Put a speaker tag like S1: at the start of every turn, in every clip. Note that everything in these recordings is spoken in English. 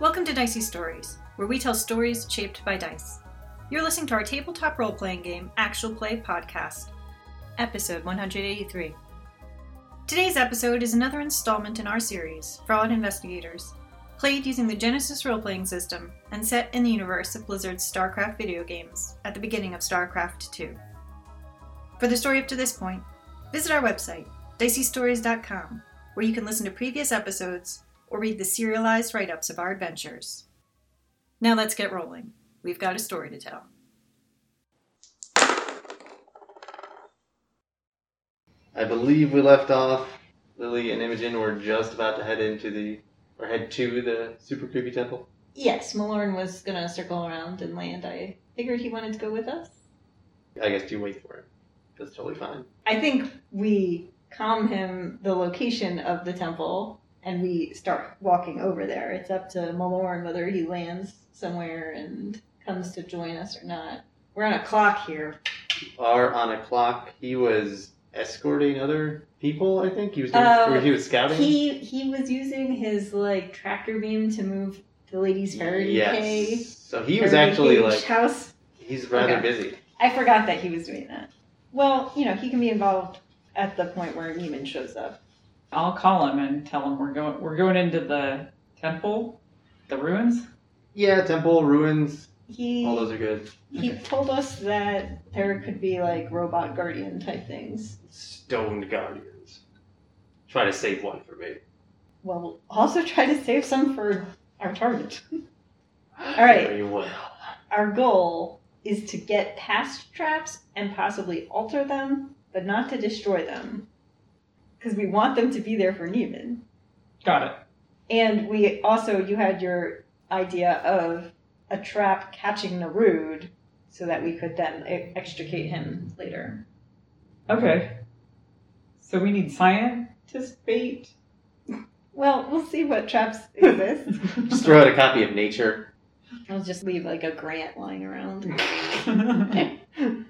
S1: Welcome to Dicey Stories, where we tell stories shaped by dice. You're listening to our tabletop role playing game, Actual Play Podcast, episode 183. Today's episode is another installment in our series, Fraud Investigators, played using the Genesis role playing system and set in the universe of Blizzard's StarCraft video games at the beginning of StarCraft II. For the story up to this point, visit our website, diceystories.com, where you can listen to previous episodes or read the serialized write ups of our adventures. Now let's get rolling. We've got a story to tell.
S2: I believe we left off. Lily and Imogen were just about to head into the, or head to the super creepy temple.
S3: Yes, Malorn was gonna circle around and land. I figured he wanted to go with us.
S2: I guess you wait for him. That's totally fine.
S3: I think we calm him the location of the temple and we start walking over there. It's up to Malorn whether he lands somewhere and comes to join us or not. We're on a clock here.
S2: Are on a clock. He was escorting other people. I think he was. Doing, or
S3: Oh,
S2: he was scouting.
S3: He he was using his like tractor beam to move the lady's ferry cage-
S2: yes. So he was
S3: ferry
S2: actually
S3: cage
S2: like
S3: house
S2: he's rather
S3: Okay.
S2: busy.
S3: I forgot that he was doing that. Well, you know, he can be involved at the point where Neiman shows up.
S4: I'll call him and tell him we're going we're going into the temple, the ruins.
S2: Yeah, temple ruins.
S3: He
S2: All those are good.
S3: he told us that there could be like robot guardian type things.
S2: Stoned guardians. Try to save one for me.
S3: Well, we'll also try to save some for our target. All right.
S2: Very well.
S3: Our goal is to get past traps and possibly alter them, but not to destroy them, because we want them to be there for Neiman.
S4: Got it.
S3: And we also, you had your idea of a trap catching Narud so that we could then e- extricate him later.
S4: Okay. So we need scientist bait.
S3: Well, we'll see what traps exist.
S2: Just throw out a copy of Nature.
S3: I'll just leave like a grant lying around.
S2: Uh,
S3: Do you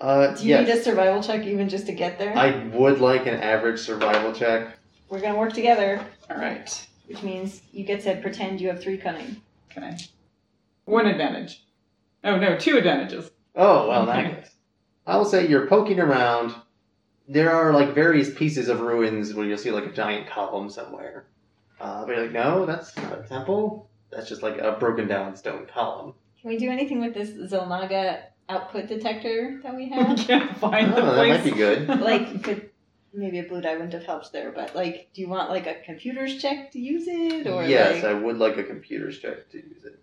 S2: yes.
S3: need a survival check even just to get there?
S2: I would like an average survival check.
S3: We're gonna work together,
S4: All right.
S3: which means you get to pretend you have three cunning.
S4: Can I? One advantage. Oh no, two advantages.
S2: Oh, well, in that
S4: Okay.
S2: case. I will say you're poking around. There are like various pieces of ruins where you'll see like a giant column somewhere. Uh, but you're like, no, that's not a temple. That's just like a broken down stone column.
S3: Can we do anything with this Zelnaga output detector that we
S4: We
S3: have?
S4: can't find
S2: Oh,
S4: the
S2: that
S4: place.
S2: might be good.
S3: like, could, maybe a blue die wouldn't have helped there, but like, do you want like a computer's check to use it, or
S2: yes, I
S3: like,
S2: would like a computer's check to use it.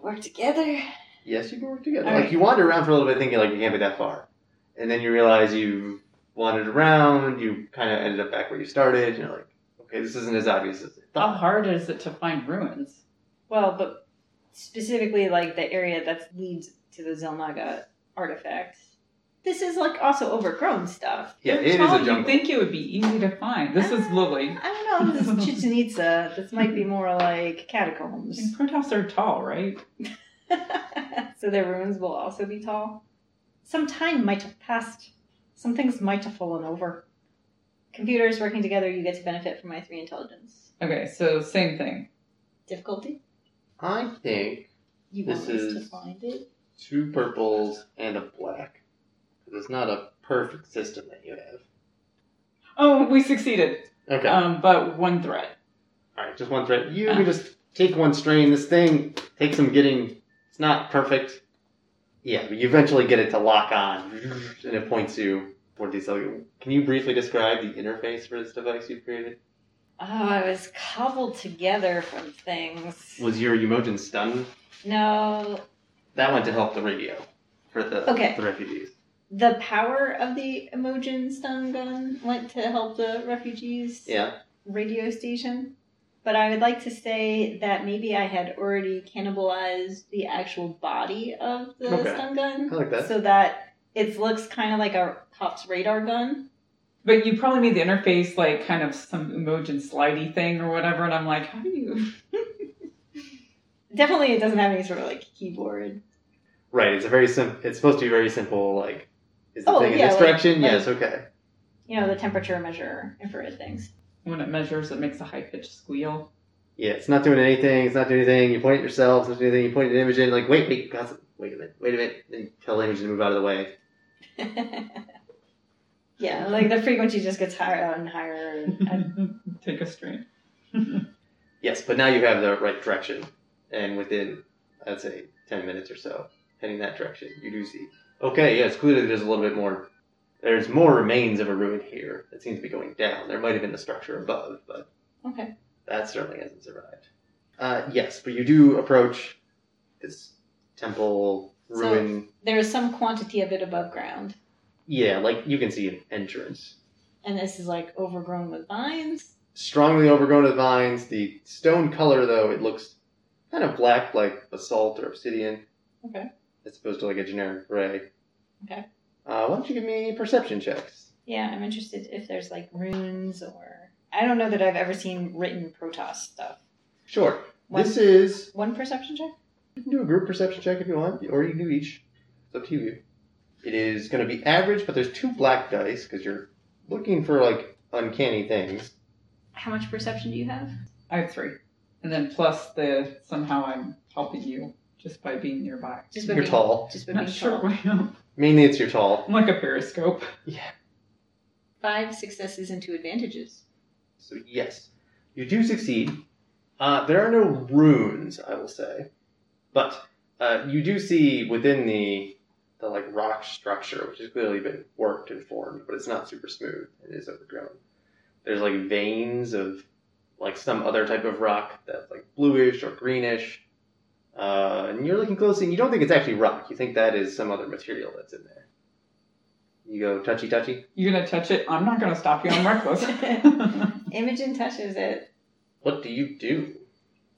S3: work together?
S2: Yes, you can work together.
S3: All
S2: like
S3: right.
S2: you wander around for a little bit thinking like you can't be that far. And then you realize you wandered around, you kind of ended up back where you started, and you're like, okay, this isn't as obvious as I
S4: How
S2: thought.
S4: hard is it to find ruins?
S3: Well, but specifically like the area that leads to the Zelnaga artifact. This is like also overgrown stuff.
S2: Yeah,
S4: They're
S2: it is
S4: tall,
S2: a jungle.
S4: You'd think it would be easy to find. This is Lily.
S3: I don't know. if This is Chichen Itza. This might be more like catacombs.
S4: And Protoss are tall, right?
S3: so their ruins will also be tall. Some time might have passed. Some things might have fallen over. Computers working together, you get to benefit from my three intelligence.
S4: Okay, so same thing.
S3: Difficulty?
S2: I think
S3: You
S2: This
S3: want us to
S2: is-
S3: find it?
S2: two purples and a black. 'Cause It's not a perfect system that you have.
S4: Oh, we succeeded.
S2: Okay.
S4: Um, but one threat.
S2: All right, just one thread.
S4: uh.
S2: You can just take one strain. This thing takes some getting. It's not perfect. Yeah, but you eventually get it to lock on, and it points you toward these. other- Can you briefly describe the interface for this device you've created?
S3: Oh, I was cobbled together from things.
S2: Was your emotion stunned?
S3: No,
S2: That went to help the radio for the
S3: Okay.
S2: the refugees.
S3: the power of the emojin stun gun went to help the refugees
S2: Yeah.
S3: radio station but i would like to say that maybe i had already cannibalized the actual body of the
S2: Okay.
S3: stun gun
S2: I like that.
S3: so that it looks kind of like a cop's radar gun
S4: But you probably made the interface like kind of some emojin slidey thing or whatever, and I'm like, how do you?
S3: definitely it doesn't have any sort of like keyboard
S2: Right. It's a very simple. It's supposed to be very simple. Like, is the
S3: Oh,
S2: thing in
S3: yeah,
S2: this
S3: like-
S2: direction?
S3: like-
S2: yes. Okay.
S3: you know the temperature measure infrared things
S4: When it measures, it makes a high pitched squeal.
S2: Yeah, it's not doing anything. It's not doing anything. You point at yourself. It's not doing anything. You point at Imogen. Like, wait, wait, God's, wait a minute, wait a minute, and tell Imogen to move out of the way.
S3: yeah, like the frequency just gets higher and higher. And I-
S4: Take a strain.
S2: Yes, but now you have the right direction, and within, I'd say, ten minutes or so, heading that direction, you do see. Okay, yes, clearly there's a little bit more. There's more remains of a ruin here that seems to be going down. There might have been a structure above, but
S3: okay.
S2: That certainly hasn't survived. Uh, yes, but you do approach this temple
S3: So-
S2: ruin.
S3: There is some quantity of it above ground,
S2: yeah, like you can see an entrance.
S3: and this is like overgrown with vines.
S2: Strongly overgrown with vines. The stone color, though, it looks kind of black, like basalt or obsidian.
S3: Okay.
S2: As opposed to like a generic gray.
S3: Okay.
S2: Uh, why don't you give me perception checks?
S3: Yeah, I'm interested if there's like runes or I don't know that I've ever seen written Protoss stuff.
S2: Sure.
S3: One-
S2: This is.
S3: One perception check.
S2: You can do a group perception check if you want, or you can do each. It's up to you. It is going to be average, but there's two black dice because you're looking for like uncanny things.
S3: How much perception do you have?
S4: I have three. And then plus the somehow I'm helping you just by being nearby.
S3: Just by
S2: You're
S3: being,
S2: tall.
S3: Just by
S4: I'm not
S3: being
S4: sure
S3: tall.
S4: why I'm
S2: Mainly it's you're tall.
S4: I'm like a periscope.
S3: Five successes and two advantages.
S2: So yes, you do succeed. Uh, there are no runes, I will say, but uh, you do see within the the like rock structure, which has clearly been worked and formed, but it's not super smooth. It is overgrown. There's like veins of like some other type of rock that's like bluish or greenish. Uh, and you're looking closely, and you don't think it's actually rock. You think that is some other material that's in there. You go touchy touchy.
S4: You're gonna touch it. I'm not gonna stop you. I'm reckless.
S3: Imogen touches it.
S2: What do you do?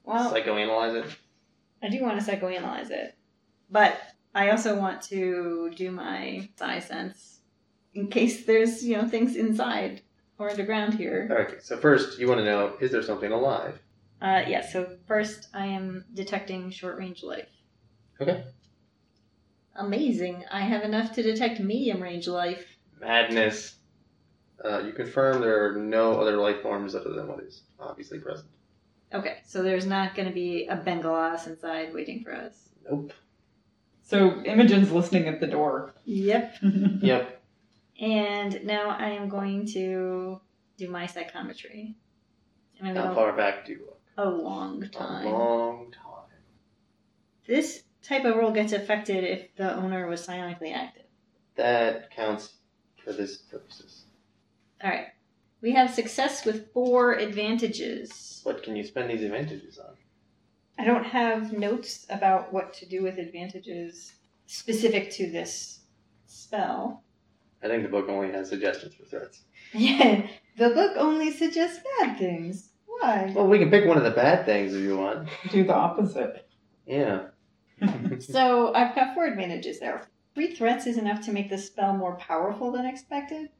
S3: Well,
S2: Psychoanalyze it.
S3: I do want to psychoanalyze it, but I also want to do my psi sense in case there's you know things inside or underground here.
S2: Okay, so first you want to know is there something alive?
S3: Uh, yeah. So first, I am detecting short range life.
S2: Okay.
S3: Amazing! I have enough to detect medium range life.
S2: Madness. Uh, you confirm there are no other life forms other than what is obviously present.
S3: Okay, so there's not going to be a Bengalas inside waiting for us.
S2: Nope.
S4: so Imogen's listening at the door.
S3: Yep.
S2: Yep.
S3: And now I am going to do my psychometry. And I'm
S2: How
S3: going to
S2: far back do you look?
S3: a long
S2: A
S3: time.
S2: long time.
S3: This type of role gets affected if the owner was psionically active.
S2: That counts for this purposes.
S3: All right. We have success with four advantages.
S2: What can you spend these advantages on?
S3: I don't have notes about what to do with advantages specific to this spell.
S2: I think the book only has suggestions for threats.
S3: Yeah, the book only suggests bad things. Why?
S2: Well, we can pick one of the bad things if you want.
S4: Do the opposite.
S2: Yeah.
S3: so I've got four advantages there. Three threats is enough to make the spell more powerful than expected.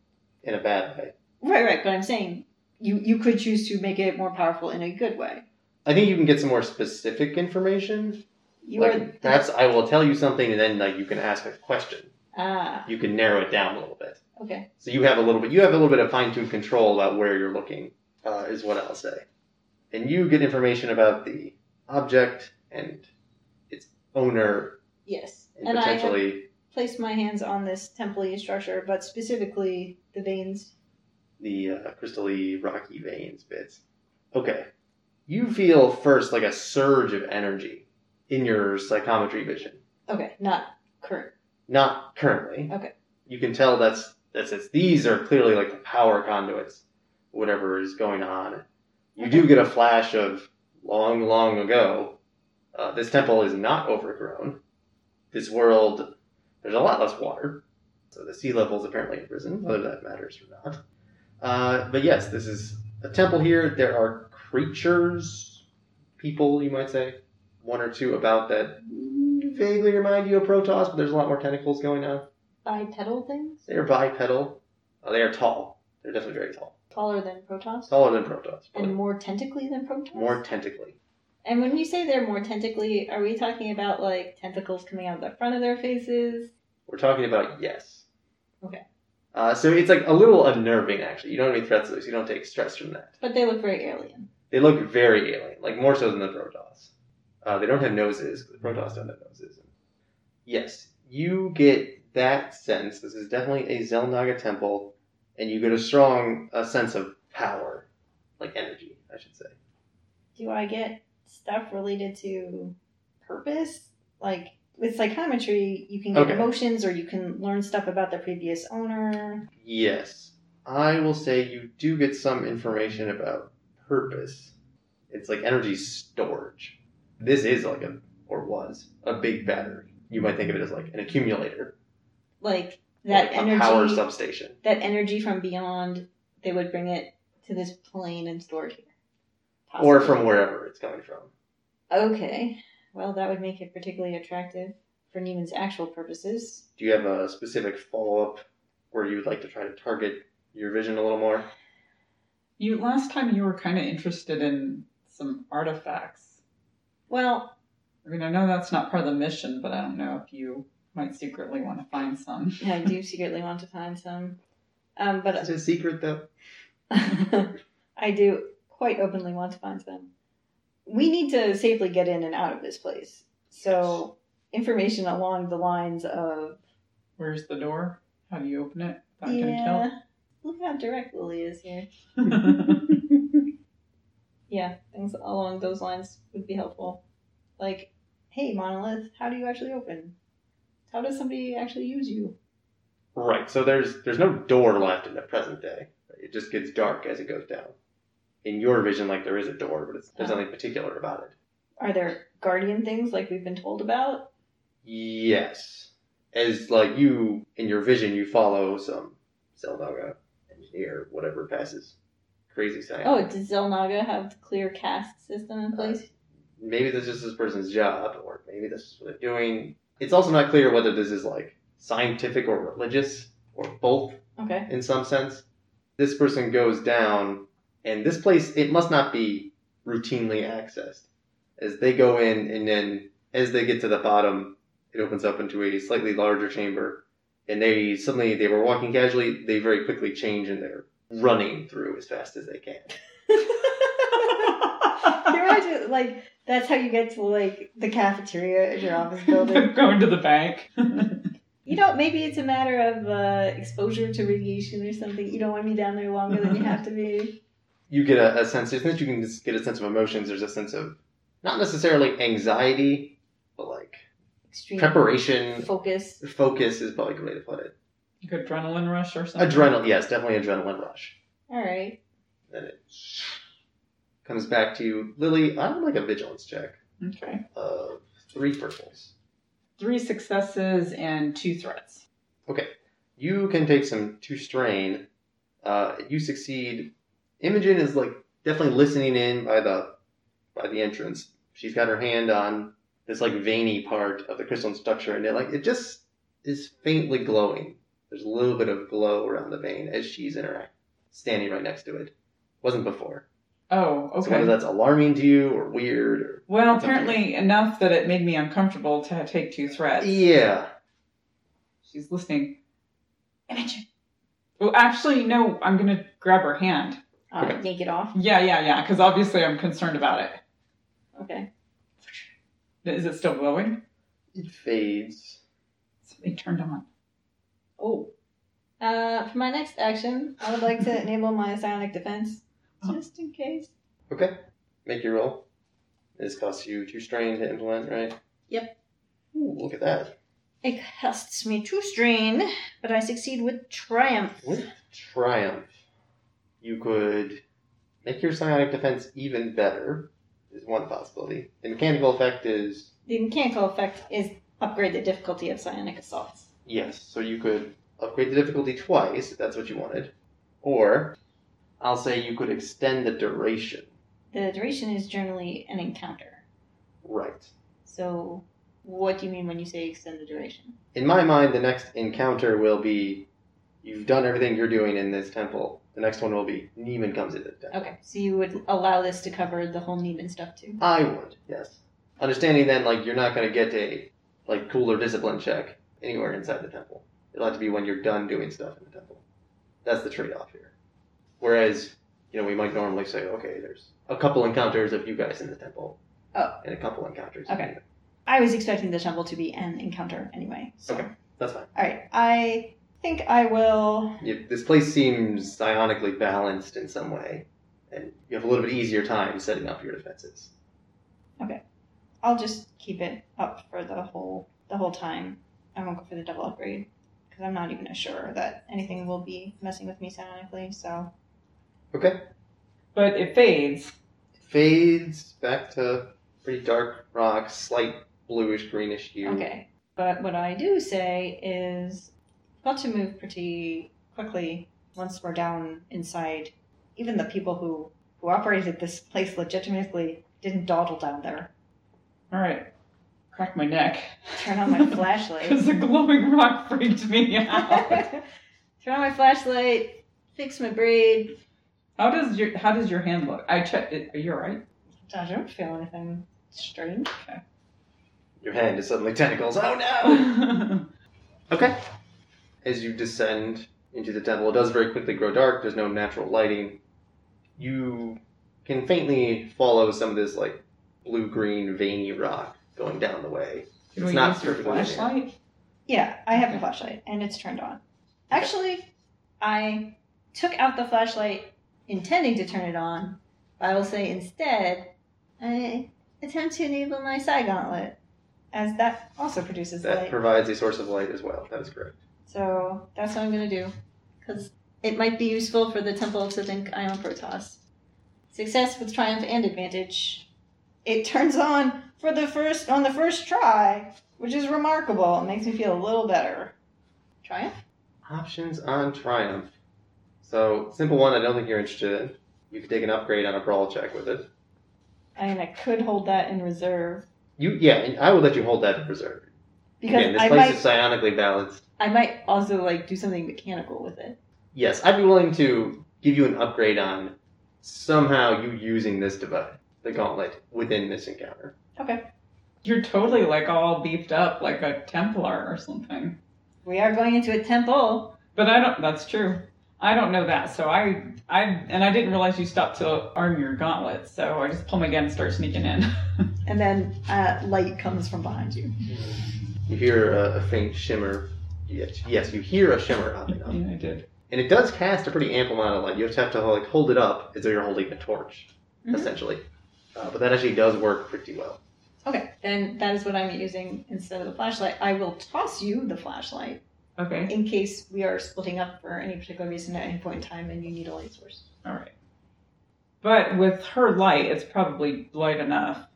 S2: In a bad way.
S3: Right, right. But I'm saying you you could choose to make it more powerful in a good way.
S2: I think you can get some more specific information.
S3: You are
S2: like perhaps I will tell you something, and then like you can ask a question.
S3: ah
S2: You can narrow it down a little bit.
S3: okay.
S2: So you have a little bit, you have a little bit of fine tuned control about where you're looking, uh, is what I'll say. And you get information about the object and its owner
S3: Yes,
S2: and,
S3: and I have
S2: potentially
S3: placed my hands on this temple structure, but specifically the veins.
S2: the uh, crystally rocky veins bits. Okay. You feel first like a surge of energy in your psychometry vision.
S3: Okay, not current.
S2: Not currently.
S3: Okay.
S2: You can tell that's that's it's these are clearly like the power conduits, whatever is going on. You do get a flash of long, long ago. Uh, this temple is not overgrown. This world, there's a lot less water, so the sea level's apparently have risen, whether that matters or not. Uh, but yes, this is a temple here. There are creatures, people, you might say, one or two about that vaguely remind you of Protoss, but there's a lot more tentacles going on.
S3: Bipedal things
S2: They are bipedal. Uh, they are tall. They're definitely very tall.
S3: taller than Protoss
S2: Taller than Protoss, but
S3: and more tentacly than Protoss.
S2: more tentacly.
S3: And when you say they're more tentacly, are we talking about like tentacles coming out of the front of their faces?
S2: We're talking about yes.
S3: Okay.
S2: Uh, so it's like a little unnerving, actually. You don't have any threats to this. You don't take stress from that.
S3: But they look very alien.
S2: They look very alien, like more so than the Protoss. Uh, they don't have noses. But the Protoss don't have noses. Yes, you get that sense. This is definitely a Zelnaga temple, and you get a strong a sense of power, like energy, I should say.
S3: Do I get stuff related to purpose? Like with psychometry, you can get
S2: Okay.
S3: emotions or you can learn stuff about the previous owner.
S2: Yes. I will say you do get some information about purpose. It's like energy storage. This is like a, or was, a big battery. You might think of it as like an accumulator.
S3: Like that
S2: like
S3: energy
S2: A power substation.
S3: that energy from beyond, they would bring it to this plane and store it here.
S2: Or
S3: Possibly.
S2: from wherever it's coming from.
S3: Okay. Well, that would make it particularly attractive for Neiman's actual purposes.
S2: Do you have a specific follow up where you would like to try to target your vision a little more?
S4: You last time you were kind of interested in some artifacts.
S3: Well,
S4: I mean, I know that's not part of the mission, but I don't know if you might secretly want to find some.
S3: I do secretly want to find some. Um, but
S2: That's a secret though.
S3: I do quite openly want to find some. We need to safely get in and out of this place. So, information along the lines of
S4: Where's the door? How do you open it? Not
S3: yeah, look how direct Lily is here.
S4: gonna kill.
S3: Yeah, things along those lines would be helpful. Like, hey, monolith, how do you actually open? How does somebody actually use you?
S2: Right. So there's there's no door left in the present day. It just gets dark as it goes down. In your vision, like there is a door, but it's, there's
S3: Oh.
S2: nothing particular about it.
S3: Are there guardian things like we've been told about?
S2: Yes. As like you in your vision, you follow some Zeldaga engineer, whatever passes. Crazy science.
S3: Oh, does Zelnaga have clear caste system in place?
S2: maybe this is this person's job, or maybe this is what they're doing. It's also not clear whether this is like scientific or religious or both.
S3: Uh, Okay.
S2: in some sense. This person goes down, and this place, it must not be routinely accessed. As they go in, and then as they get to the bottom, it opens up into a slightly larger chamber, and they suddenly, they were walking casually, they very quickly change and they're running through as fast as they can.
S3: Can you imagine, like, that's how you get to, like, the cafeteria at your office building?
S4: Going to the bank.
S3: You know, maybe it's a matter of uh, exposure to radiation or something. You don't want to be down there longer than you have to be.
S2: You get a, a sense, there's you can just get a sense of emotions, there's a sense of not necessarily anxiety, but like
S3: Extreme
S2: preparation,
S3: focus.
S2: focus is probably a good way to put it.
S4: Like adrenaline rush or something.
S2: Adrenaline, yes, definitely adrenaline rush.
S3: All right.
S2: Then it comes back to you. Lily, I would like a vigilance check
S4: Okay.
S2: of three purples.
S4: Three successes and two threats.
S2: You can take some two strain. Uh, you succeed. Imogen is like definitely listening in by the by the entrance. She's got her hand on this like veiny part of the crystalline structure, and it like it just is faintly glowing. There's a little bit of glow around the vein as she's interact, standing right next to it. Wasn't before.
S4: Oh, okay.
S2: So whether that's alarming to you or weird or
S4: Well,
S2: Something.
S4: apparently enough that it made me uncomfortable to take two threats.
S2: yeah.
S4: She's listening. Imogen. Well, actually, no, I'm going to grab her hand.
S3: Uh,
S2: Okay.
S3: Yank it off.
S4: Yeah, yeah, yeah, because obviously I'm concerned about it.
S3: Okay.
S4: Is it still glowing?
S2: It fades.
S4: Something turned on.
S3: Oh. Uh, for my next action, I would like to enable my psionic defense. Just in case.
S2: Okay. Make your roll. This costs you two strain to implement, right?
S3: Yep.
S2: Ooh, look at that.
S3: It costs me two strain, but I succeed with triumph.
S2: With triumph, you could make your psionic defense even better. Is one possibility. The mechanical effect is
S3: The mechanical effect is upgrade the difficulty of psionic assaults.
S2: yes. So you could upgrade the difficulty twice if that's what you wanted, or I'll say you could extend the duration.
S3: The duration is generally an encounter.
S2: Right.
S3: So, what do you mean when you say extend the duration?
S2: in my mind, the next encounter will be you've done everything you're doing in this temple. The next one will be Neiman comes into the temple.
S3: Okay, so you would allow this to cover the whole Neiman stuff too.
S2: I would, yes. Understanding then, like, you're not going to get a, like, cooler discipline check anywhere inside the temple. It'll have to be when you're done doing stuff in the temple. That's the trade off here. Whereas you know, we might normally say, okay, there's a couple encounters of you guys in the temple.
S3: Oh.
S2: And a couple encounters. of
S3: Okay.
S2: you.
S3: I was expecting the temple to be an encounter anyway. So.
S2: Okay. That's fine.
S3: All right. I think I will.
S2: You, this place seems psionically balanced in some way, and you have a little bit easier time setting up your defenses.
S3: I'll just keep it up for the whole the whole time. I won't go for the double upgrade because I'm not even sure that anything will be messing with me sonically. So
S2: Okay.
S4: But it fades.
S2: Fades back to pretty dark rock, slight bluish greenish hue.
S3: okay. But what I do say is, got to move pretty quickly once we're down inside. Even the people who who operated this place legitimately didn't dawdle down there.
S4: All right. Crack my neck.
S3: Turn on my flashlight.
S4: Because the glowing rock freaked me out.
S3: Turn on my flashlight, fix my braid.
S4: how does your How does your hand look? I checked. It. Are you all right?
S3: I don't feel anything strange.
S2: Your hand is suddenly tentacles. Oh no!
S4: okay.
S2: Okay. As you descend into the temple, it does very quickly grow dark. There's no natural lighting. You can faintly follow some of this like blue green veiny rock going down the way.
S4: Can
S2: It's
S4: we
S2: not
S4: use your
S2: perfectly linear.
S4: flashlight?
S3: Yeah, I have a
S4: Okay.
S3: flashlight and it's turned on. Actually, I took out the flashlight intending to turn it on, but I will say instead, I attempt to enable my psi gauntlet, as that also produces
S2: That
S3: light.
S2: provides a source of light as well. That is correct.
S3: so that's what I'm gonna do, because it might be useful for the temple to think I am Protoss. Success with triumph and advantage. It turns on for the first on the first try, which is remarkable. It makes me feel a little better. Triumph.
S2: Options on triumph. So simple one. I don't think you're interested in. You could take an upgrade on a brawl check with it.
S3: I mean, I could hold that in reserve
S2: You yeah, and I would let you hold that in reserve.
S3: because
S2: Again, this
S3: I
S2: place
S3: might,
S2: is psionically balanced.
S3: I might also like do something mechanical with it.
S2: Yes, I'd be willing to give you an upgrade on somehow you using this device, the gauntlet, within this encounter.
S4: You're totally like all beefed up, like a Templar or something.
S3: We are going into a temple.
S4: But I don't. That's true. I don't know that. So I, I, and I didn't realize you stopped to arm your gauntlet. So I just pull my gun and start sneaking in.
S3: And then uh, light comes from behind you.
S2: You hear a, a faint shimmer. Yes, yes, you hear a shimmer up and up.
S4: yeah, I did.
S2: And it does cast a pretty ample amount of light. You just have to like hold it up as though you're holding a torch,
S3: Mhm.
S2: essentially. Uh, but that actually does work pretty well.
S3: Okay, then that is what I'm using instead of the flashlight. I will toss you the flashlight
S4: Okay.
S3: in case we are splitting up for any particular reason at any point in time and you need a light source.
S4: All right. But with her light, it's probably light enough.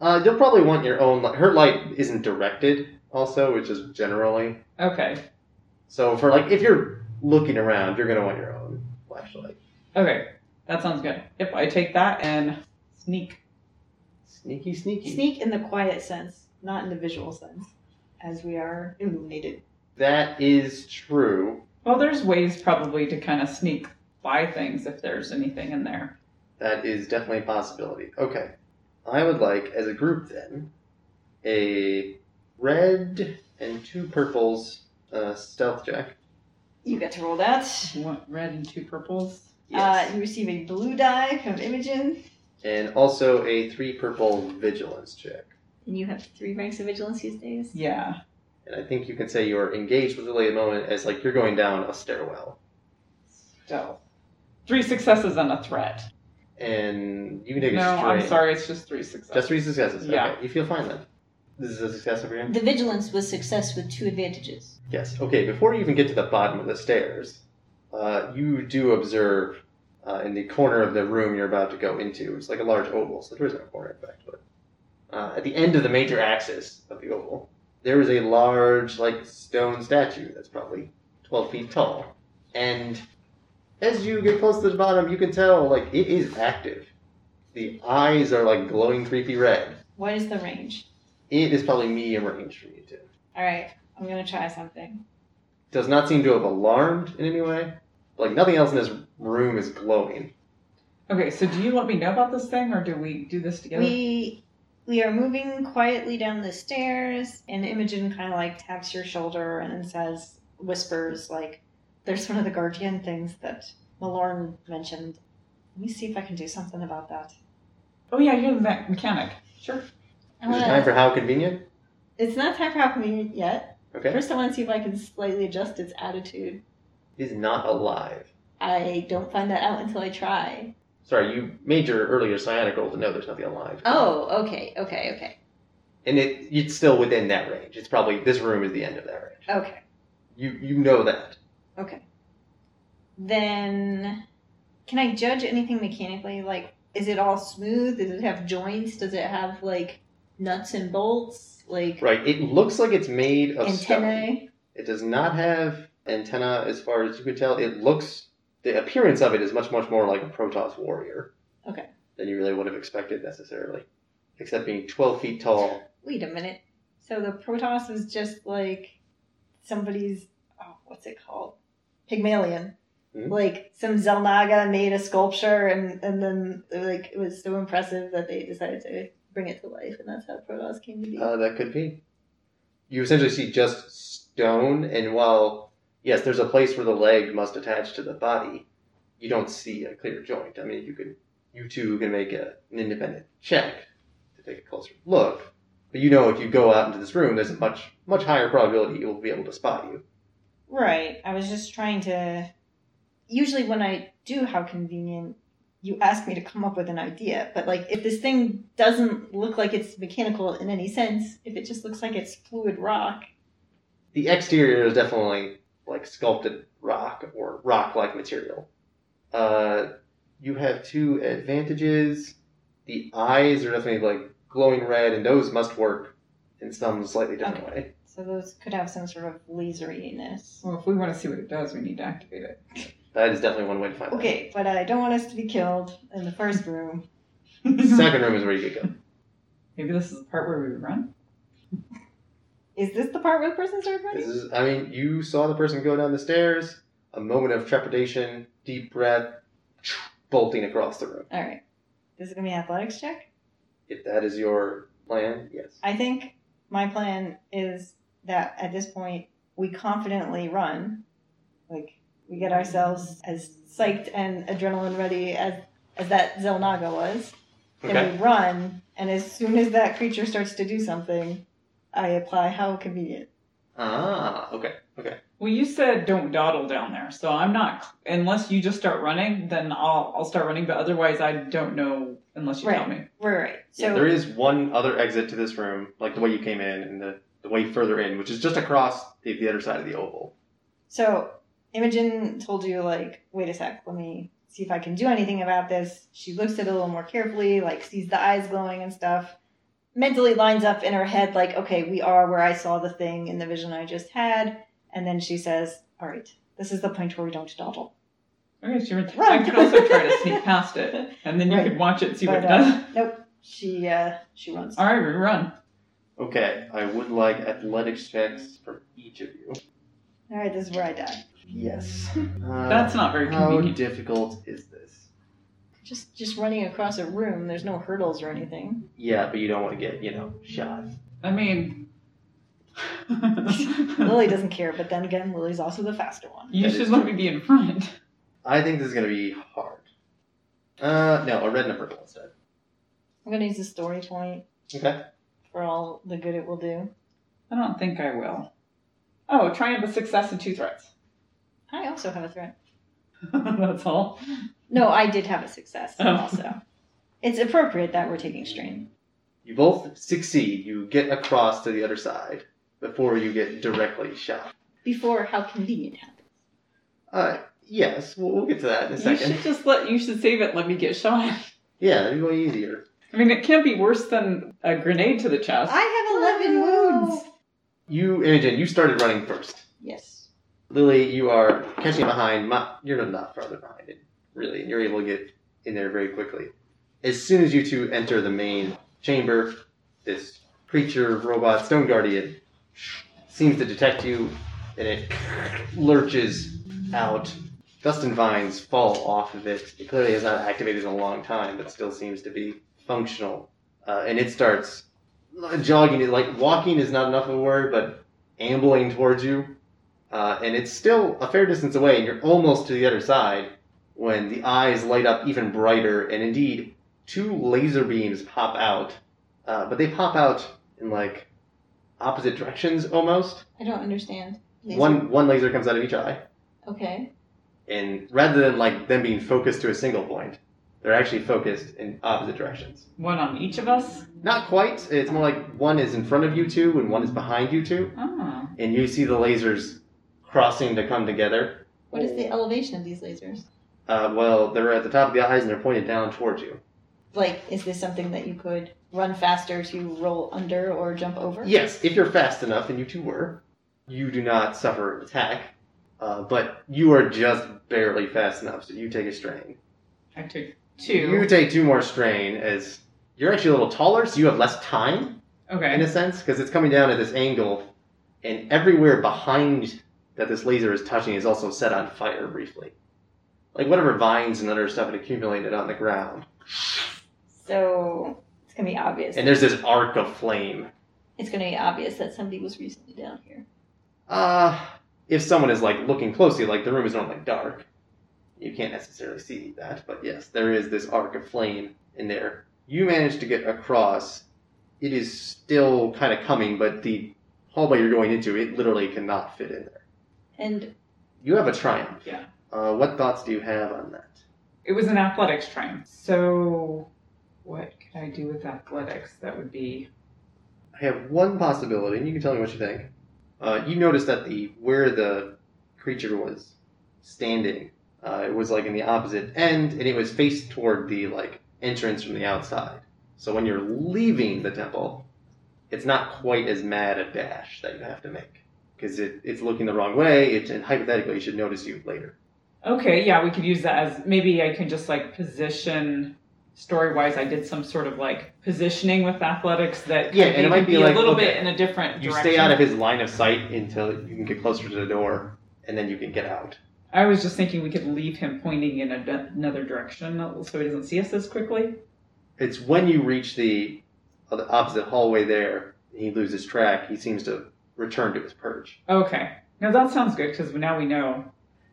S2: Uh, you'll probably want your own light. Her light isn't directed, also, which is generally.
S4: Okay.
S2: So for like, if you're looking around, you're gonna want your own flashlight.
S4: Okay. That sounds good. Yep. I take that and sneak.
S2: Sneaky, sneaky.
S3: Sneak in the quiet sense, not in the visual sense, as we are illuminated.
S2: That is true.
S4: Well, there's ways probably to kind of sneak by things if there's anything in there.
S2: That is definitely a possibility. Okay. I would like, as a group then, a red and two purples uh, stealth check.
S3: You get to roll that.
S4: What red and two purples?
S3: Uh, you receive a blue die from Imogen.
S2: and also a three purple vigilance check.
S3: And you have three ranks of vigilance these days.
S4: Yeah.
S2: And I think you can say you're engaged with the late moment as like you're going down a stairwell.
S4: Stealth. Three successes and a threat.
S2: And you can take
S4: no,
S2: a strain.
S4: I'm sorry. It's just three successes.
S2: Just three successes.
S4: Yeah.
S2: Okay. You feel fine then. This is a success over here?
S3: The vigilance was success with two advantages.
S2: Yes. Okay. Before you even get to the bottom of the stairs, uh, you do observe uh, in the corner of the room you're about to go into. It's like a large oval, so there isn't a corner, in fact. But uh, at the end of the major axis of the oval, there is a large, like stone statue that's probably 12 feet tall. And as you get close to the bottom, you can tell like it is active. The eyes are like glowing, creepy red.
S3: What is the range?
S2: It is probably medium range for you too.
S3: All right, I'm gonna try something.
S2: does not seem to have alarmed in any way. Like nothing else in this room is glowing.
S4: Okay, so do you let me know about this thing, or do we do this together?
S3: We we are moving quietly down the stairs, and Imogen kind of like taps your shoulder and says, whispers like, "There's one of the guardian things that Malorn mentioned. Let me see if I can do something about that.
S4: Oh yeah, you're the me- mechanic. Sure.
S3: I
S2: Is it
S3: wanna-
S2: time for how convenient?
S3: Uh, it's not time for alchemy yet.
S2: Okay.
S3: First, I want to see if I can slightly adjust its attitude.
S2: He's not alive.
S3: I don't find that out until I try.
S2: Sorry, you made your earlier psionic roll to know there's nothing alive.
S3: Oh, okay, okay, okay,
S2: And it it's still within that range. It's probably this room is the end of that range.
S3: okay.
S2: You you know that.
S3: Then, can I judge anything mechanically? Like, is it all smooth? Does it have joints? Does it have like nuts and bolts? Like
S2: Right. It looks like it's made of stone.
S3: antennae?
S2: It does not have antenna as far as you can tell. It looks the appearance of it is much much more like a Protoss warrior.
S3: Okay.
S2: Than you really would have expected necessarily, except being twelve feet tall.
S3: Wait a minute. So the Protoss is just like somebody's oh, what's it called? Pygmalion.
S2: Hmm?
S3: Like some Zelnaga made a sculpture, and and then like it was so impressive that they decided to bring it to life, and that's how Protoss came to be.
S2: Uh, that could be. You essentially see just stone, and while yes, there's a place where the leg must attach to the body, you don't see a clear joint. I mean, you could, you two can make a, an independent check to take a closer look, but you know if you go out into this room, there's a much much higher probability you will be able to spot you.
S3: Right. I was just trying to. Usually, when I do how convenient, you ask me to come up with an idea. But like, if this thing doesn't look like it's mechanical in any sense, if it just looks like it's fluid rock,
S2: The exterior is definitely like sculpted rock or rock-like material. Uh, you have two advantages. The eyes are definitely like glowing red, and those must work in some slightly different way.
S3: so those could have some sort of laseriness.
S4: Well, if we want to see what it does, we need to activate it.
S2: That is definitely one way to find out.
S3: Okay, but I don't want us to be killed in the first room. Mm-hmm.
S2: Second room is where you could go.
S4: Maybe this is the part where we run.
S3: Is this the part where the person started
S2: This
S3: running?
S2: is, I mean, you saw the person go down the stairs. A moment of trepidation, deep breath, bolting across the room.
S3: All right. This is gonna be an athletics check.
S2: If that is your plan, yes.
S3: I think my plan is that at this point we confidently run, like we get ourselves as psyched and adrenaline ready as as that Zelnaga was. Then
S2: Okay.
S3: we run, and as soon as that creature starts to do something, I apply how convenient.
S2: Ah, okay.
S4: Well, you said don't dawdle down there, so I'm not. Unless you just start running, then I'll I'll start running. But otherwise, I don't know unless you tell
S3: Right.
S4: me.
S3: Right, right. So
S2: yeah, there is one other exit to this room, like the way you came in and the, the way further in, which is just across the, the other side of the oval.
S3: So Imogen told you, like, wait a sec, let me see if I can do anything about this. She looks at it a little more carefully, like, sees the eyes glowing and stuff. Mentally lines up in her head, like, okay, we are where I saw the thing in the vision I just had. And then she says, all right, this is the point where we don't dawdle.
S4: Okay, she runs.
S3: Run.
S4: I could also try to sneak past it, and then you
S3: Right.
S4: could watch it, see what
S3: But,
S4: it
S3: uh,
S4: does.
S3: nope, she uh, she runs.
S4: All right, we run.
S2: Okay, I would like athletics checks from each of you.
S3: All right, this is where I die.
S2: Yes.
S4: That's not very
S2: Uh,
S3: Um,
S2: How
S4: convenient.
S2: difficult is this?
S3: Just just running across a room. There's no hurdles or anything.
S2: Yeah, but you don't want to get, you know, shot.
S4: I mean,
S3: Lily doesn't care, but then again, Lily's also the faster one.
S4: you
S2: That
S4: should
S2: is
S4: let
S2: true.
S4: me be in front.
S2: I think this is going to be hard. Uh, no, a red and a purple instead.
S3: I'm gonna use a story point
S2: Okay.
S3: for all the good it will do.
S4: I don't think I will. Oh, triumph of success and two threats.
S3: I also have a threat.
S4: That's all.
S3: No, I did have a success
S4: Oh.
S3: also. It's appropriate that we're taking strain.
S2: You both succeed. You get across to the other side before you get directly shot.
S3: Before how convenient happens.
S2: Uh, yes, we'll, we'll get to that in a
S4: You
S2: second.
S4: should just let. You should save it. Let me get shot.
S2: Yeah, that'd be way easier.
S4: I mean, it can't be worse than a grenade to the chest.
S3: I have 11 wounds!
S2: You, Imogen, you started running first.
S3: Yes.
S2: Lily, you are catching behind. My, you're not farther behind it, really. and You're able to get in there very quickly. As soon as you two enter the main chamber, this creature, robot, stone guardian, seems to detect you, and it lurches out. Dust and vines fall off of it. It clearly has not activated in a long time, but still seems to be functional. Uh, and it starts uh, jogging. It like walking is not enough of a word, but ambling towards you uh, and it's still a fair distance away, and you're almost to the other side, when the eyes light up even brighter, and indeed, two laser beams pop out. Uh, but they pop out in like opposite directions almost.
S3: I don't understand. Laser-
S2: One one laser comes out of each eye,
S3: Okay.
S2: and rather than like them being focused to a single point, they're actually focused in opposite directions.
S4: One on each of us?
S2: Not quite. It's more like one is in front of you two and one is behind you two,
S4: Oh.
S2: and you see the lasers crossing to come together.
S3: What is the elevation of these lasers?
S2: Uh, well, they're at the top of the eyes and they're pointed down towards you.
S3: Like, is this something that you could run faster to roll under or jump over?
S2: Yes, if you're fast enough, and you two were, you do not suffer an attack. Uh, but you are just barely fast enough, so you take a strain.
S4: I took two.
S2: You take two more strain as you're actually a little taller, so you have less time in
S4: okay.
S2: a sense because it's coming down at this angle, and everywhere behind that this laser is touching is also set on fire briefly, like whatever vines and other stuff had accumulated on the ground.
S3: So it's gonna be obvious.
S2: And there's this arc of flame.
S3: it's gonna be obvious that somebody was recently down here.
S2: Uh, if someone is like looking closely, like the room is normally dark, you can't necessarily see that. But yes, there is this arc of flame in there. You manage to get across. It is still kind of coming, but the hallway you're going into, it literally cannot fit in there.
S3: And
S2: You have a triumph.
S4: Yeah.
S2: Uh, what thoughts do you have on that?
S4: It was an athletics triumph. So, what could I do with athletics? That would be.
S2: I have one possibility, and you can tell me what you think. Uh, you noticed that the where the creature was standing, uh, it was like in the opposite end, and it was faced toward the like entrance from the outside. So when you're leaving the temple, it's not quite as mad a dash that you have to make because it, it's looking the wrong way. It, and hypothetically, it should notice you later.
S4: Okay, yeah, we could use that as maybe I can just like position. Story wise, I did some sort of like positioning with athletics that
S2: Yeah, and it
S4: maybe
S2: might be
S4: a
S2: like,
S4: little
S2: okay,
S4: bit in a different
S2: You
S4: direction.
S2: stay out of his line of sight until you can get closer to the door, and then you can get out.
S4: I was just thinking we could leave him pointing in a, another direction so he doesn't see us as quickly.
S2: it's when you reach the, uh, the opposite hallway there and he loses track he seems to return to his perch
S4: Okay, now that sounds good because now we know.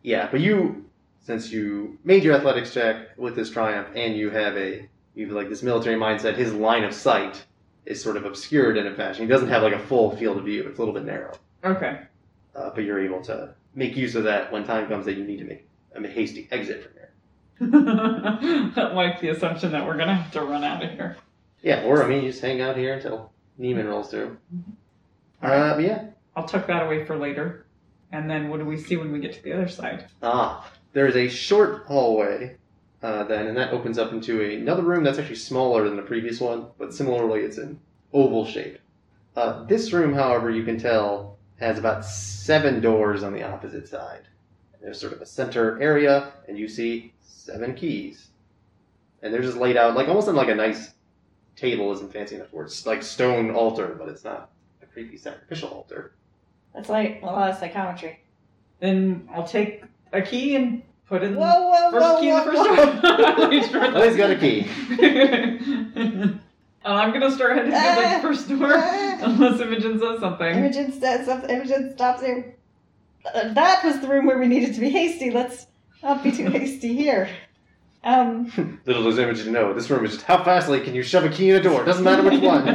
S2: yeah but you since you made your athletics check with this triumph and you have a you have like this military mindset his line of sight is sort of obscured in a fashion he doesn't have like a full field of view it's a little bit narrow
S4: Okay.
S2: uh, but you're able to make use of that when time comes that you need to make a hasty exit from here
S4: like the assumption that we're gonna have to run out of here.
S2: yeah or i mean you just hang out here until neiman rolls through uh, but yeah
S4: I'll tuck that away for later. And then what do we see when we get to the other side?
S2: Ah, there is a short hallway uh, then, and that opens up into another room that's actually smaller than the previous one, but similarly, it's an oval shape. Uh, this room, however, you can tell has about seven doors on the opposite side. There's sort of a center area, and you see seven keys, and they're just laid out like almost on like a nice table. Isn't fancy enough for it. it's like stone altar, but it's not a creepy sacrificial altar.
S3: that's like a lot of psychometry.
S4: Then I'll take a key and put in
S3: whoa,
S4: first key in the first door. Make sure
S2: Oh, he's got a key.
S4: and I'm gonna start heading to the
S3: Ah.
S4: first door
S3: Ah.
S4: unless Imogen says something.
S3: Imogen says something. Imogen stops there. Uh, That was the room where we needed to be hasty. Let's not be too hasty here. Um,
S2: Little does Imogen know, this room is just how fastly can you shove a key in a door? Doesn't matter which one.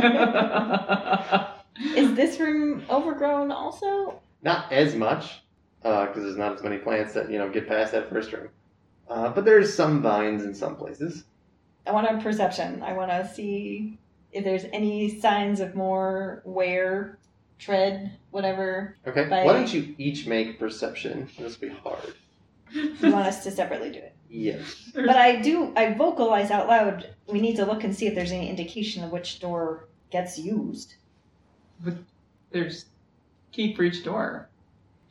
S3: is this room overgrown also?
S2: not as much, because there's not as many plants that you know get past that first room. Uh, but there's some vines in some places.
S3: I want a perception. I want to see if there's any signs of more wear, tread, whatever.
S2: Okay,
S3: By-
S2: why don't you each make perception? This will be hard.
S3: You want us to separately do it.
S2: Yes.
S3: But I do, I vocalize out loud. We need to look and see if there's any indication of which door gets used.
S4: There's key for each door.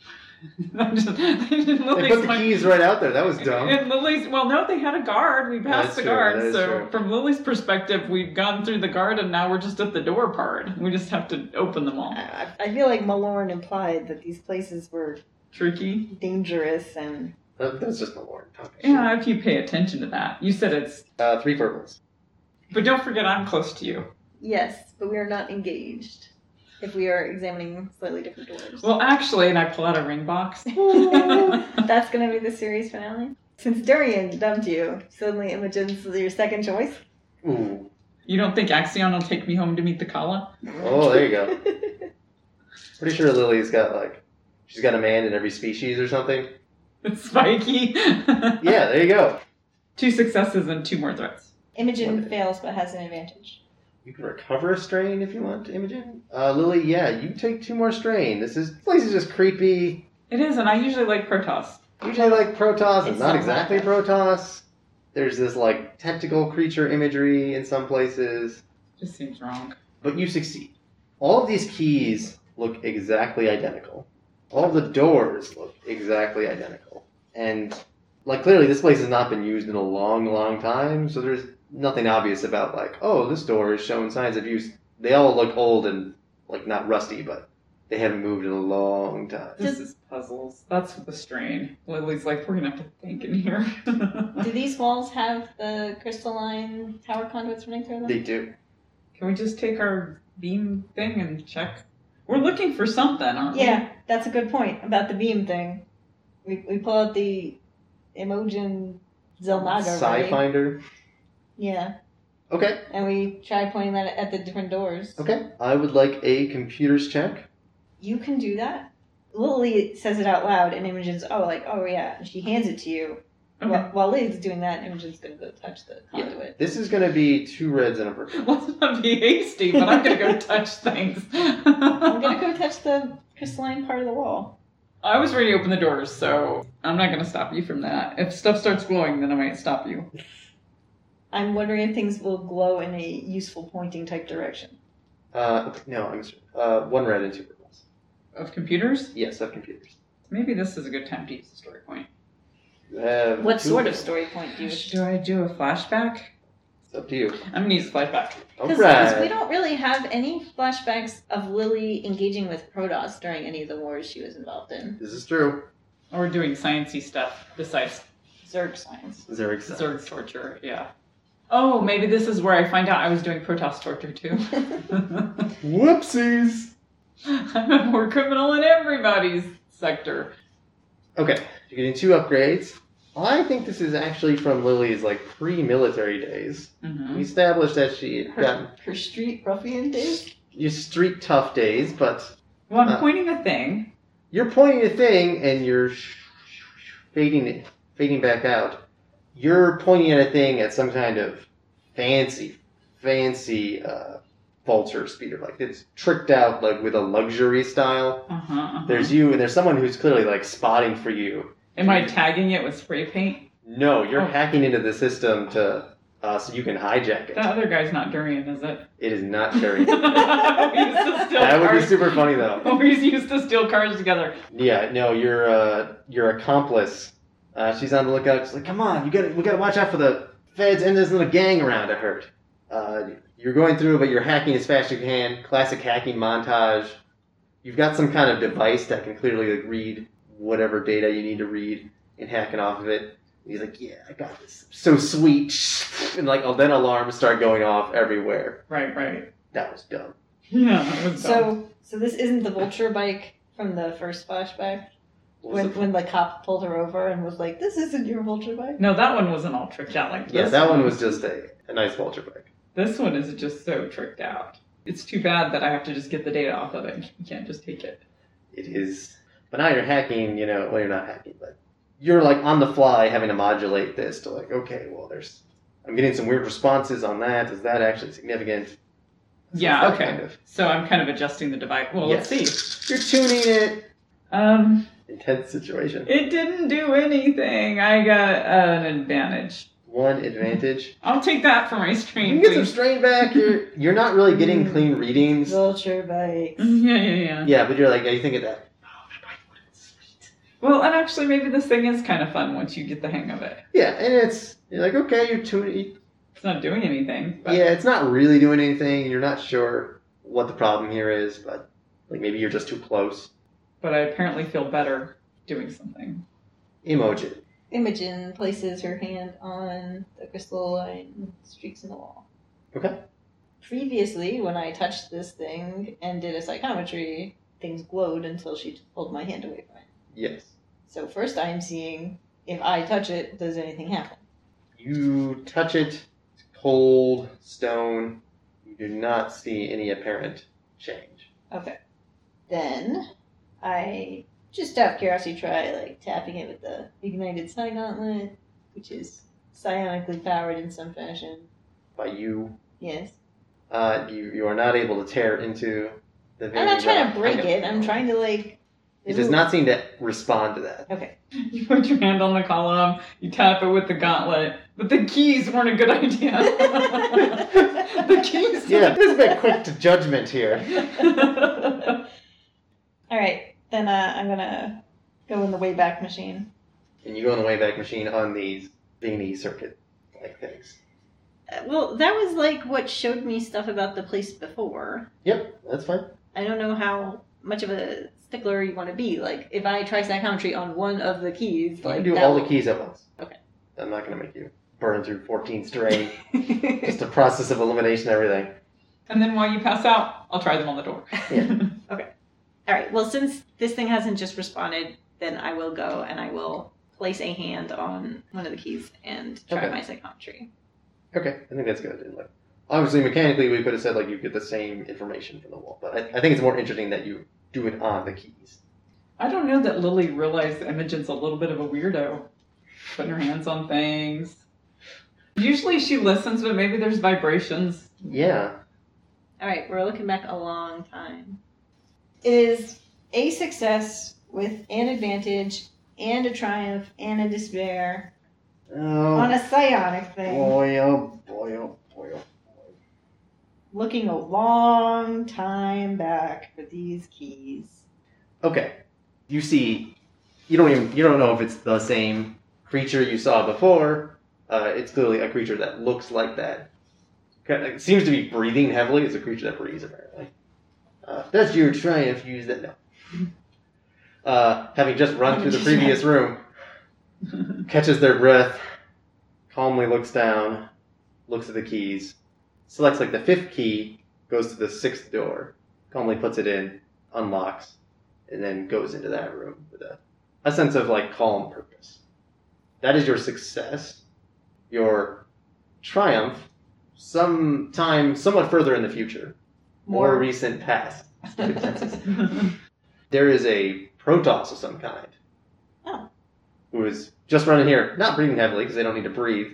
S4: I just, I didn't
S2: They put
S4: release
S2: the
S4: my-
S2: keys right out there. That was dumb.
S4: And Lily's well, no, they had a guard. We
S2: That's
S4: passed the
S2: true,
S4: guard.
S2: that is
S4: so
S2: true.
S4: from Lily's perspective, we've gone through the guard, and now we're just at the door part. We just have to open them all.
S3: I, I feel like Malorn implied that these places were
S4: Tricky.
S3: dangerous and
S2: That, that's just my lord talking.
S4: Yeah, if you pay attention to that, you said it's.
S2: Uh, three purples.
S4: But don't forget, I'm close to you.
S3: yes, but we are not engaged if we are examining slightly different doors.
S4: Well, actually, and I pull out a ring box.
S3: That's gonna be the series finale. Since Durian dumped you, suddenly Imogen's your second choice.
S2: Ooh.
S4: You don't think Axion will take me home to meet the Kala?
S2: Oh, there you go. Pretty sure Lily's got like, she's got a man in every species or something.
S4: Spiky.
S2: Yeah, there you go.
S4: Two successes and two more threats.
S3: Imogen
S2: What?
S3: fails but has an advantage.
S2: You can recover a strain if you want, Imogen. Uh, Lily, yeah, you take two more strain. This is this place is just creepy.
S4: It is, and I usually like Protoss.
S2: Usually like Protoss,
S3: It's
S2: it's not
S3: not
S2: exactly
S3: like
S2: Protoss. There's this like tentacle creature imagery in some places,
S4: Just seems wrong.
S2: but you succeed. All of these keys look exactly identical. All the doors look exactly identical, and like clearly this place has not been used in a long, long time. So there's nothing obvious about like, oh, this door is showing signs of use. They all look old and like not rusty, but they haven't moved in a long time.
S4: This is puzzles. That's the strain. Lily's like, we're gonna have to think in here.
S3: Do these walls have the crystalline tower conduits running through them?
S2: They do.
S4: Can we just take our beam thing and check? We're looking for something, aren't
S3: Yeah, that's a good point about the beam thing. We, we pull out the Imogen Zelnaga.
S2: Sci
S3: ray.
S2: finder.
S3: Yeah,
S2: Okay,
S3: and we try pointing that at the different doors.
S2: okay. I would like a computers check.
S3: You can do that. Lily says it out loud, and Imogen's, oh, like, oh, yeah. And she hands it to you.
S4: we? Okay.
S3: While, while Lily's doing that, Imogen's going to go touch the
S2: Yeah.
S3: conduit.
S2: This is going to be two reds and a purple.
S4: Let's not be hasty, but I'm gonna go touch things.
S3: I'm going to go touch the crystalline part of the wall.
S4: I was ready to open the doors, so I'm not gonna stop you from that. If stuff starts glowing, then I might stop you.
S3: I'm wondering if things will glow in a useful pointing type direction.
S2: Uh, okay, no, I'm sorry. Uh, one red and two purples.
S4: Of computers,
S2: Yes, of computers.
S4: maybe this is a good time to use the story point.
S2: You have
S3: What
S2: Um, two
S3: sort of
S2: purples.
S3: story point do you
S4: Do I do a flashback?
S2: It's up to you.
S4: I'm gonna use a flashback.
S2: All
S3: Because we
S2: right.
S3: don't really have any flashbacks of Lily engaging with Protoss during any of the wars she was involved in.
S2: This is true.
S4: Or doing sciencey stuff besides
S3: Zerg science.
S2: Zerg said.
S4: Zerg torture, yeah. Oh, maybe this is where I find out I was doing Protoss torture too.
S2: Whoopsies.
S4: I'm a war criminal in everybody's sector.
S2: Okay, you're getting two upgrades. I think this is actually from Lily's like pre-military days.
S4: Mm-hmm.
S2: We established that she had gotten
S3: Hmm? Her, her street ruffian days?
S2: your street tough days, but
S4: Well, I'm
S2: Uh.
S4: pointing a thing.
S2: you're pointing a thing and you're sh- fading it, fading back out. You're pointing at a thing at some kind of fancy, fancy uh, vulture speeder, like it's tricked out like with a luxury style.
S4: Uh huh. uh-huh.
S2: There's you and there's someone who's clearly like spotting for you.
S4: Am I tagging it with spray paint?
S2: No, you're
S4: Oh.
S2: hacking into the system to uh, so you can hijack it.
S4: That other guy's not Durian, is it?
S2: It is not very.
S4: we used to steal
S2: that would be
S4: cars.
S2: super funny though.
S4: we used to steal cars together.
S2: Yeah, no, your uh, your accomplice. Uh, she's on the lookout. She's like, "Come on, you got to we got to watch out for the feds and this little gang around." I heard. Uh, you're going through, but you're hacking as fast as you can. Classic hacking montage. You've got some kind of device that can clearly like, read whatever data you need to read and hacking off of it. And he's like, "Yeah, I got this. So sweet." And like, oh, then alarms start going off everywhere.
S4: Right, right.
S2: That was dumb.
S4: Yeah. it was dumb.
S3: So, so this isn't the vulture bike from the first flashback
S2: What was
S3: when,
S2: it?
S3: when the cop pulled her over and was like, "This isn't your vulture bike."
S4: no, that one wasn't all tricked out like this.
S2: yeah, that one was just a, a nice vulture bike.
S4: This one is just so tricked out. It's too bad that I have to just get the data off of it. You can't just take it.
S2: it is. But now you're hacking, you know, well, you're not hacking, but you're like on the fly having to modulate this to like, okay, well, there's, I'm getting some weird responses on that. Is that actually significant?
S4: Yeah.
S2: That
S4: Okay.
S2: kind of-
S4: So I'm kind of adjusting the device. Well, let's see.
S2: You're tuning it.
S4: Um,
S2: Intense situation.
S4: it didn't do anything. I got an advantage.
S2: One advantage.
S4: I'll take that for my
S2: You
S4: stream.
S2: can get some
S4: please.
S2: strain back. You're you're not really getting clean readings.
S3: Vulture bike.
S2: Mm-hmm.
S4: Yeah, yeah, yeah.
S2: Yeah, but you're like, are you thinking that?
S4: Well, and actually, maybe this thing is kind of fun once you get the hang of it.
S2: Yeah, and it's you're like, okay, you're tuning.
S4: It's not doing anything. But
S2: Yeah, it's not really doing anything. You're not sure what the problem here is, but like maybe you're just too close.
S4: but I apparently feel better doing something.
S2: Emoji.
S3: Imogen places her hand on the crystalline streaks in the wall.
S2: Okay.
S3: Previously, when I touched this thing and did a psychometry, things glowed until she pulled my hand away from it.
S2: Yes.
S3: So first, I am seeing if I touch it, does anything happen?
S2: You touch it, it's cold stone. You do not see any apparent change.
S3: Okay. Then I just out of curiosity try like tapping it with the ignited psi gauntlet, which is psionically powered in some fashion.
S2: But you,
S3: Yes.
S2: uh, you, you are not able to tear into the.
S3: I'm
S2: very
S3: not trying
S2: rough
S3: to break
S2: item.
S3: it. I'm trying to like.
S2: It does not seem to respond to that.
S4: You put your hand on the column, you tap it with the gauntlet, but the keys weren't a good idea. the keys.
S2: Yeah, this has been quick to judgment here.
S3: All right, then uh, I'm gonna go in the Wayback Machine.
S2: And you go in the Wayback Machine on these veiny circuit like things.
S3: Uh, well, that was like what showed me stuff about the place before.
S2: Yep, that's fine.
S3: I don't know how much of a stickler you want to be. Like, if I try psychometry on one of the keys,
S2: You
S3: like
S2: can do
S3: that
S2: all the
S3: will-
S2: keys at once.
S3: Okay.
S2: I'm not going to make you burn through 14 string. Just a process of elimination, everything.
S4: and then while you pass out, I'll try them on the door.
S3: All right. Well, since this thing hasn't just responded, then I will go and I will place a hand on one of the keys and try
S2: Okay.
S3: my psychometry.
S2: Okay, I think that's good. And like, obviously, mechanically, we could have said like you get the same information from the wall, but I, I think it's more interesting that you do it on the keys.
S4: I don't know that Lily realized Imogen's a little bit of a weirdo, putting her hands on things. Usually she listens, but maybe there's vibrations.
S2: Yeah,
S3: All right, we're looking back a long time. It is a success with an advantage and a triumph and a despair
S2: Oh,
S3: on a psionic thing.
S2: boy, oh boy, oh boy, oh boy.
S3: Looking a long time back for these keys.
S2: Okay, you see, you don't even you don't know if it's the same creature you saw before. Uh, it's clearly a creature that looks like that. Kind of- It seems to be breathing heavily. It's a creature that breathes apparently. Uh, that's your triumph. Use that now. Uh, having just run through the previous room, catches their breath, calmly looks down, looks at the keys, selects like the fifth key, goes to the sixth door, calmly puts it in, unlocks, and then goes into that room with a, a sense of like calm purpose. That is your success, your triumph, sometime somewhat further in the future, more recent past. There is a Protoss of some kind.
S3: Oh.
S2: Who is just running here, not breathing heavily because they don't need to breathe,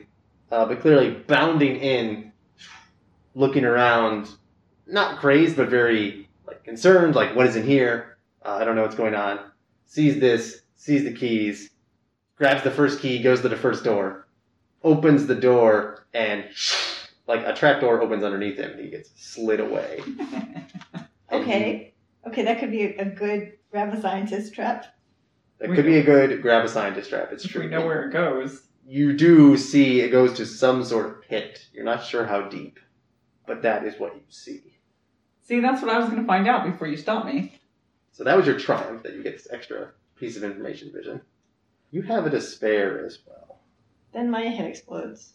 S2: uh, but clearly bounding in, looking around, not crazed, but very like concerned, like what is in here? Uh, I don't know what's going on. Sees this, sees the keys, grabs the first key, goes to the first door, opens the door, and like a trap door opens underneath him. He gets slid away. And he-
S3: Okay. Okay, that could be a, a good rabbit scientist trap.
S2: That
S4: We
S2: could
S4: know.
S2: be a good grab a scientist trap. It's
S4: if we
S2: true.
S4: know where it goes.
S2: You do see it goes to some sort of pit. You're not sure how deep, but that is what you see.
S4: See, that's what I was going to find out before you stopped me.
S2: So that was your triumph that you get this extra piece of information vision. You have a despair as well.
S3: Then my head explodes.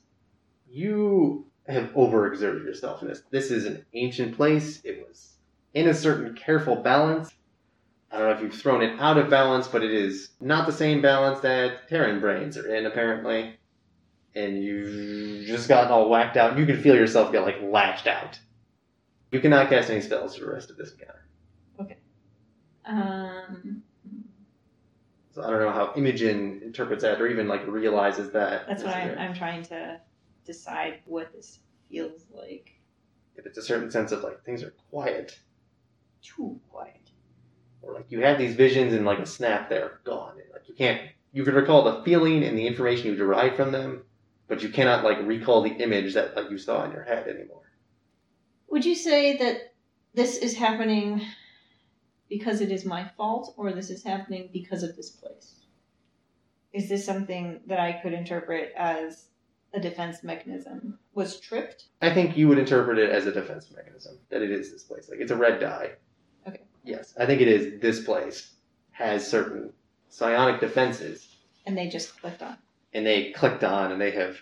S2: You have overexerted yourself in this. This is an ancient place. It was in a certain careful balance. I don't know if you've thrown it out of balance, but it is not the same balance that Terran brains are in, apparently. And you've just gotten all whacked out. You can feel yourself get, like, lashed out. You cannot cast any spells for the rest of this encounter.
S3: Um,
S2: So I don't know how Imogen interprets that or even, like, realizes that.
S3: that's what
S2: This is
S3: I'm,
S2: it.
S3: I'm trying to decide what this feels like.
S2: If it's a certain sense of, like, things are quiet.
S3: Too quiet.
S2: or like you have these visions and like a snap they're gone and like you can't you can recall the feeling and the information you derive from them but you cannot like recall the image that like you saw in your head anymore
S3: Would you say that this is happening because it is my fault, or this is happening because of this place? Is this something that I could interpret as a defense mechanism? Was tripped?
S2: i think you would interpret it as a defense mechanism that it is this place like it's a red die
S3: Okay.
S2: yes i think it is this place has certain psionic defenses
S3: And they just clicked on.
S2: and they clicked on and they have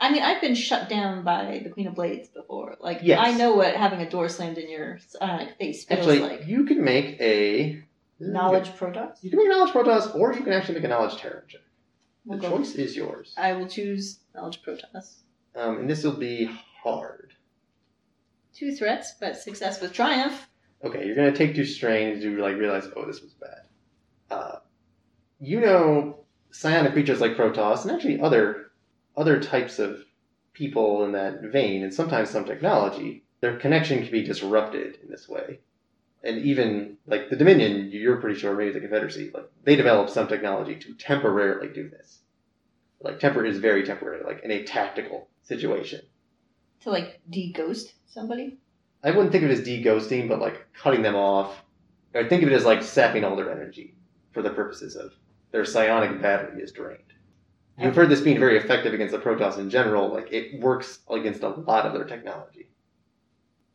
S3: I mean, I've been shut down by the Queen of Blades before. Like,
S2: Yes.
S3: I know what having a door slammed in your uh, face feels
S2: actually
S3: like.
S2: you can make a
S3: Knowledge products?
S2: you can make a knowledge protest or you can actually make a knowledge terror check
S3: We'll
S2: the
S3: go-
S2: choice is yours.
S3: I will choose knowledge protoss.
S2: Um, and this will be hard.
S3: Two threats, but success with triumph.
S2: okay, you're gonna take two strains to like realize, oh, this was bad. Uh, you know, psionic creatures like Protoss and actually other other types of people in that vein, and sometimes some technology, their connection can be disrupted in this way. And even like the Dominion, you're pretty sure, maybe the Confederacy, like they developed some technology to temporarily do this. Like temper is very temporary, like in a tactical situation.
S3: To like de ghost somebody.
S2: I wouldn't think of it as de-ghosting, but like cutting them off. I think of it as like sapping all their energy for the purposes of their psionic battery is drained. You've heard this being very effective against the Protoss in general. Like it works against a lot of their technology.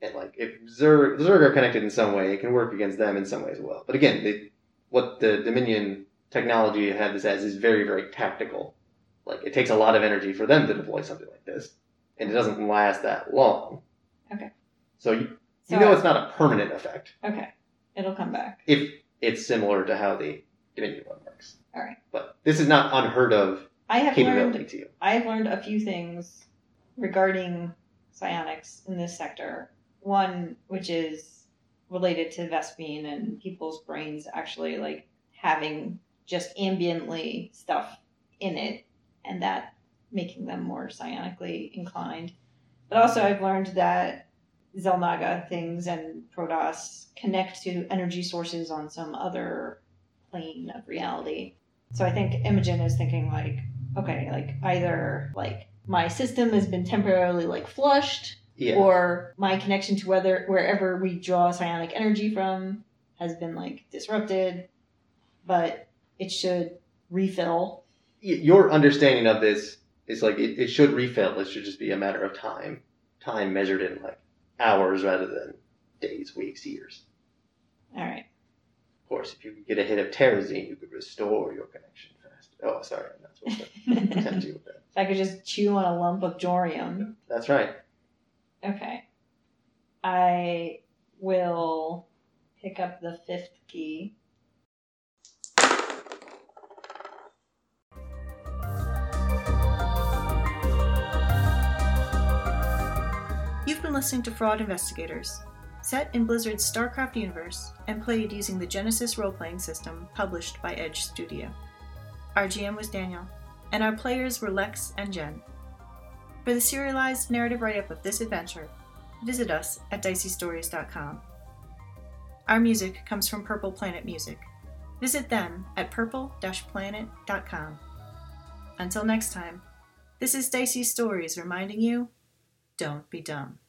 S2: And like if Zerg, Zerg are connected in some way, it can work against them in some way as well. But again, they, what the Dominion technology had this as is very very tactical. Like it takes a lot of energy for them to deploy something like this, and it doesn't last that long.
S3: Okay.
S2: So you,
S3: So
S2: you know
S3: I-
S2: it's not a permanent effect
S3: okay, it'll come back.
S2: if it's similar to how the Dominion one works.
S3: All right.
S2: But this is not unheard of
S3: I have learned
S2: capability to you.
S3: I have learned a few things regarding psionics in this sector. One, which is related to Vespine and people's brains actually like having just ambiently stuff in it and that making them more psionically inclined. But also, I've learned that Zelnaga things and Protoss connect to energy sources on some other plane of reality. So I think Imogen is thinking, like, okay, like either like my system has been temporarily like flushed,
S2: Yeah.
S3: or my connection to whether wherever we draw psionic energy from has been like disrupted, but it should refill.
S2: Y- your understanding of this is like it, it should refill. It should just be a matter of time. Time measured in like hours rather than days, weeks, years.
S3: All right.
S2: Of course, if you could get a hit of terazine, you could restore your connection fast. Oh, sorry, I'm not supposed to
S3: if
S2: tempt you with that.
S3: I could just chew on a lump of jorium.
S2: That's right.
S3: Okay. I will pick up the fifth key.
S1: You've been listening to Fraud Investigators, set in Blizzard's StarCraft universe and played using the Genesis role playing system published by Edge Studio. Our GM was Daniel, and our players were Lex and Jen. For the serialized narrative write up of this adventure, visit us at diceystories.com. Our music comes from Purple Planet Music. Visit them at purple planet.com. Until next time, this is Dicey Stories reminding you don't be dumb.